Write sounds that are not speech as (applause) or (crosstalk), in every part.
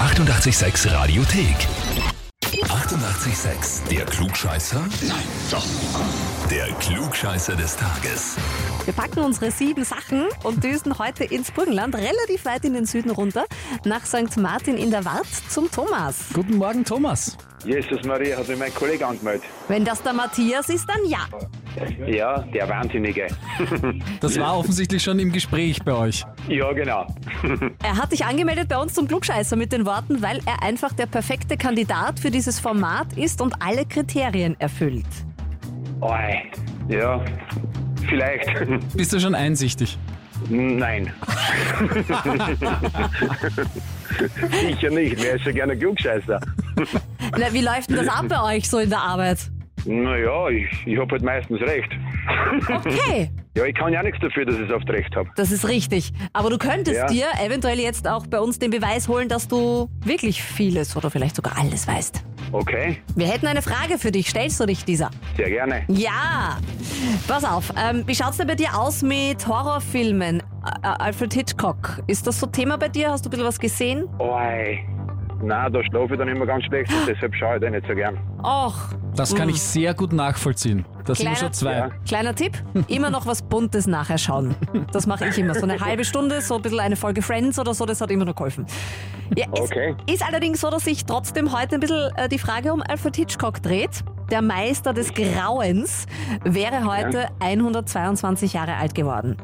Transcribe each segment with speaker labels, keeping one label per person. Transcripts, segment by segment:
Speaker 1: 886 Radiothek. 88,6. Der Klugscheißer? Nein, doch. Der Klugscheißer des Tages.
Speaker 2: Wir packen unsere sieben Sachen und düsen heute ins Burgenland, relativ weit in den Süden runter, nach St. Martin in der Wart zum Thomas.
Speaker 3: Guten Morgen, Thomas.
Speaker 4: Jesus Maria hat mir mein Kollege angemeldet.
Speaker 2: Wenn das der Matthias ist, dann ja.
Speaker 4: Ja, der Wahnsinnige.
Speaker 3: Das war offensichtlich schon im Gespräch bei euch.
Speaker 4: ja, genau.
Speaker 2: Er hat dich angemeldet bei uns zum Klugscheißer mit den Worten, weil er einfach der perfekte Kandidat für dieses Format ist und alle Kriterien erfüllt.
Speaker 4: Oi. Ja, vielleicht. (laughs)
Speaker 3: Bist du schon einsichtig?
Speaker 4: Nein. (laughs) Sicher nicht, wäre schon gerne Klugscheißer.
Speaker 2: Na, wie läuft denn das ab bei euch so in der Arbeit?
Speaker 4: Naja, ich, ich habe halt meistens recht. (laughs)
Speaker 2: Okay,
Speaker 4: Ja, ich kann ja nichts dafür, dass ich es oft recht habe.
Speaker 2: das ist richtig. Aber du könntest
Speaker 4: Ja.
Speaker 2: dir eventuell jetzt auch bei uns den Beweis holen, dass du wirklich vieles oder vielleicht sogar alles weißt.
Speaker 4: Okay,
Speaker 2: Wir hätten eine Frage für dich. Stellst du dich dieser?
Speaker 4: sehr gerne.
Speaker 2: Ja! Pass auf, ähm, wie schaut's denn bei dir aus mit Horrorfilmen? Ä- Ä- Alfred Hitchcock, ist das so Thema bei dir? Hast du ein bisschen was gesehen?
Speaker 4: Oi. Na, da schlafe ich dann immer ganz schlecht und deshalb schaue ich da nicht so gern.
Speaker 2: Och,
Speaker 3: Das kann ich sehr gut nachvollziehen. Das sind
Speaker 2: Uh. Kleiner-
Speaker 3: schon zwei.
Speaker 4: Ja.
Speaker 2: kleiner Tipp, immer noch was Buntes nachher schauen. Das mache ich immer, so eine halbe Stunde, so ein bisschen eine Folge Friends oder so, das hat immer noch geholfen. Ja, ist,
Speaker 4: Okay.
Speaker 2: ist allerdings so, dass sich trotzdem heute ein bisschen äh, die Frage um Alfred Hitchcock dreht. Der Meister des Grauens wäre heute 122 Jahre alt geworden.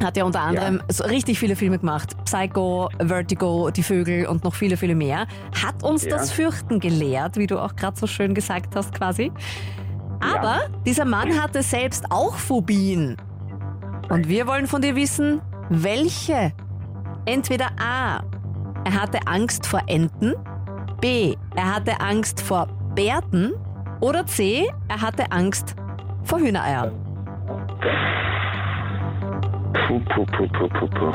Speaker 2: Hat ja unter anderem so richtig viele Filme gemacht. Psycho, Vertigo, Die Vögel und noch viele, viele mehr. Hat uns
Speaker 4: Ja.
Speaker 2: das Fürchten gelehrt, wie du auch gerade so schön gesagt hast quasi. Aber dieser Mann hatte selbst auch Phobien. Und wir wollen von dir wissen, welche? Entweder A. Er hatte Angst vor Enten. B. Er hatte Angst vor Bärten. Oder C. Er hatte Angst vor Hühnereiern.
Speaker 4: Puh, puh, puh, puh, puh, puh.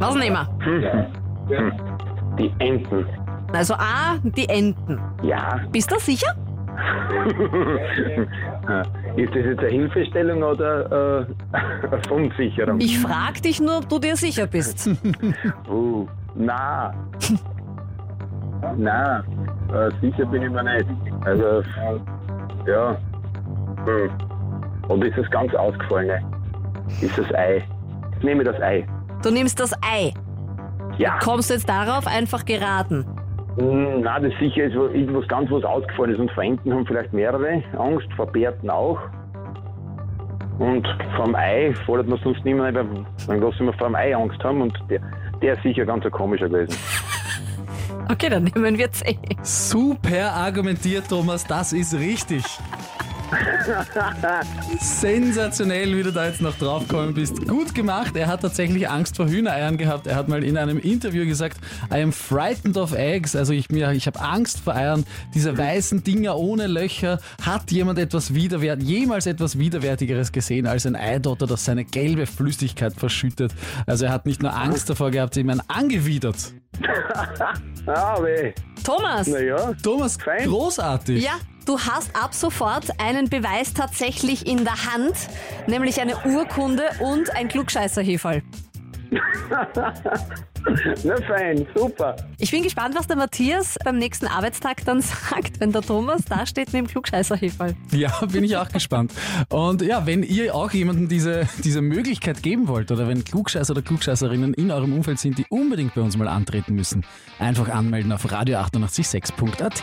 Speaker 2: Was nehmen wir?
Speaker 4: Mhm. Hm. Die Enten.
Speaker 2: Also A, die Enten.
Speaker 4: Ja,
Speaker 2: Bist du sicher?
Speaker 4: Ah. Ist das jetzt eine Hilfestellung oder äh, (laughs) eine Fundsicherung?
Speaker 2: Ich frag dich nur, ob du dir sicher bist.
Speaker 4: Uh, na. (laughs) na, äh, sicher bin ich mir nicht. Also, ja. Hm. Und ist das ganz ausgefallene? Ist das Ei? Ich nehme das Ei.
Speaker 2: Du nimmst das Ei.
Speaker 4: Ja.
Speaker 2: Kommst du jetzt darauf einfach geraten?
Speaker 4: Hm, Na, das sicher ist wo- irgendwas ganz was ausgefallenes. Und vor Enten haben vielleicht mehrere Angst, vor Bärten auch. Und vom Ei fordert man sonst niemand, weil dann lassen wir vor dem Ei Angst haben und der, der ist sicher ganz ein komischer gewesen.
Speaker 2: Okay, dann nehmen wir C.
Speaker 3: Super argumentiert, Thomas. Das ist richtig. Sensationell, wie du da jetzt noch draufgekommen bist. Gut gemacht. Er hat tatsächlich Angst vor Hühnereiern gehabt. Er hat mal in einem Interview gesagt, I am frightened of eggs. Also ich, mir- ich habe Angst vor Eiern. Diese weißen Dinger ohne Löcher. Hat jemand etwas widerwert, jemals etwas Widerwärtigeres gesehen als ein Eidotter, das seine gelbe Flüssigkeit verschüttet? Also er hat nicht nur Angst davor gehabt, ihm ein angewidert.
Speaker 4: Ah, weh.
Speaker 2: Thomas!
Speaker 4: Naja.
Speaker 3: Thomas,
Speaker 4: Fein.
Speaker 3: großartig.
Speaker 2: Ja, du hast ab sofort einen Beweis tatsächlich in der Hand, nämlich eine Urkunde und ein
Speaker 4: (laughs)
Speaker 2: Klugscheißerheferl.
Speaker 4: Na fein, super.
Speaker 2: Ich bin gespannt, was der Matthias beim nächsten Arbeitstag dann (laughs) sagt, wenn der Thomas da steht mit dem Klugscheißerheferl.
Speaker 3: Ja, bin ich auch gespannt. Und ja, wenn ihr auch jemandem diese, diese Möglichkeit geben wollt oder wenn Klugscheißer oder Klugscheißerinnen in eurem Umfeld sind, die unbedingt bei uns mal antreten müssen, einfach anmelden auf radio886.at.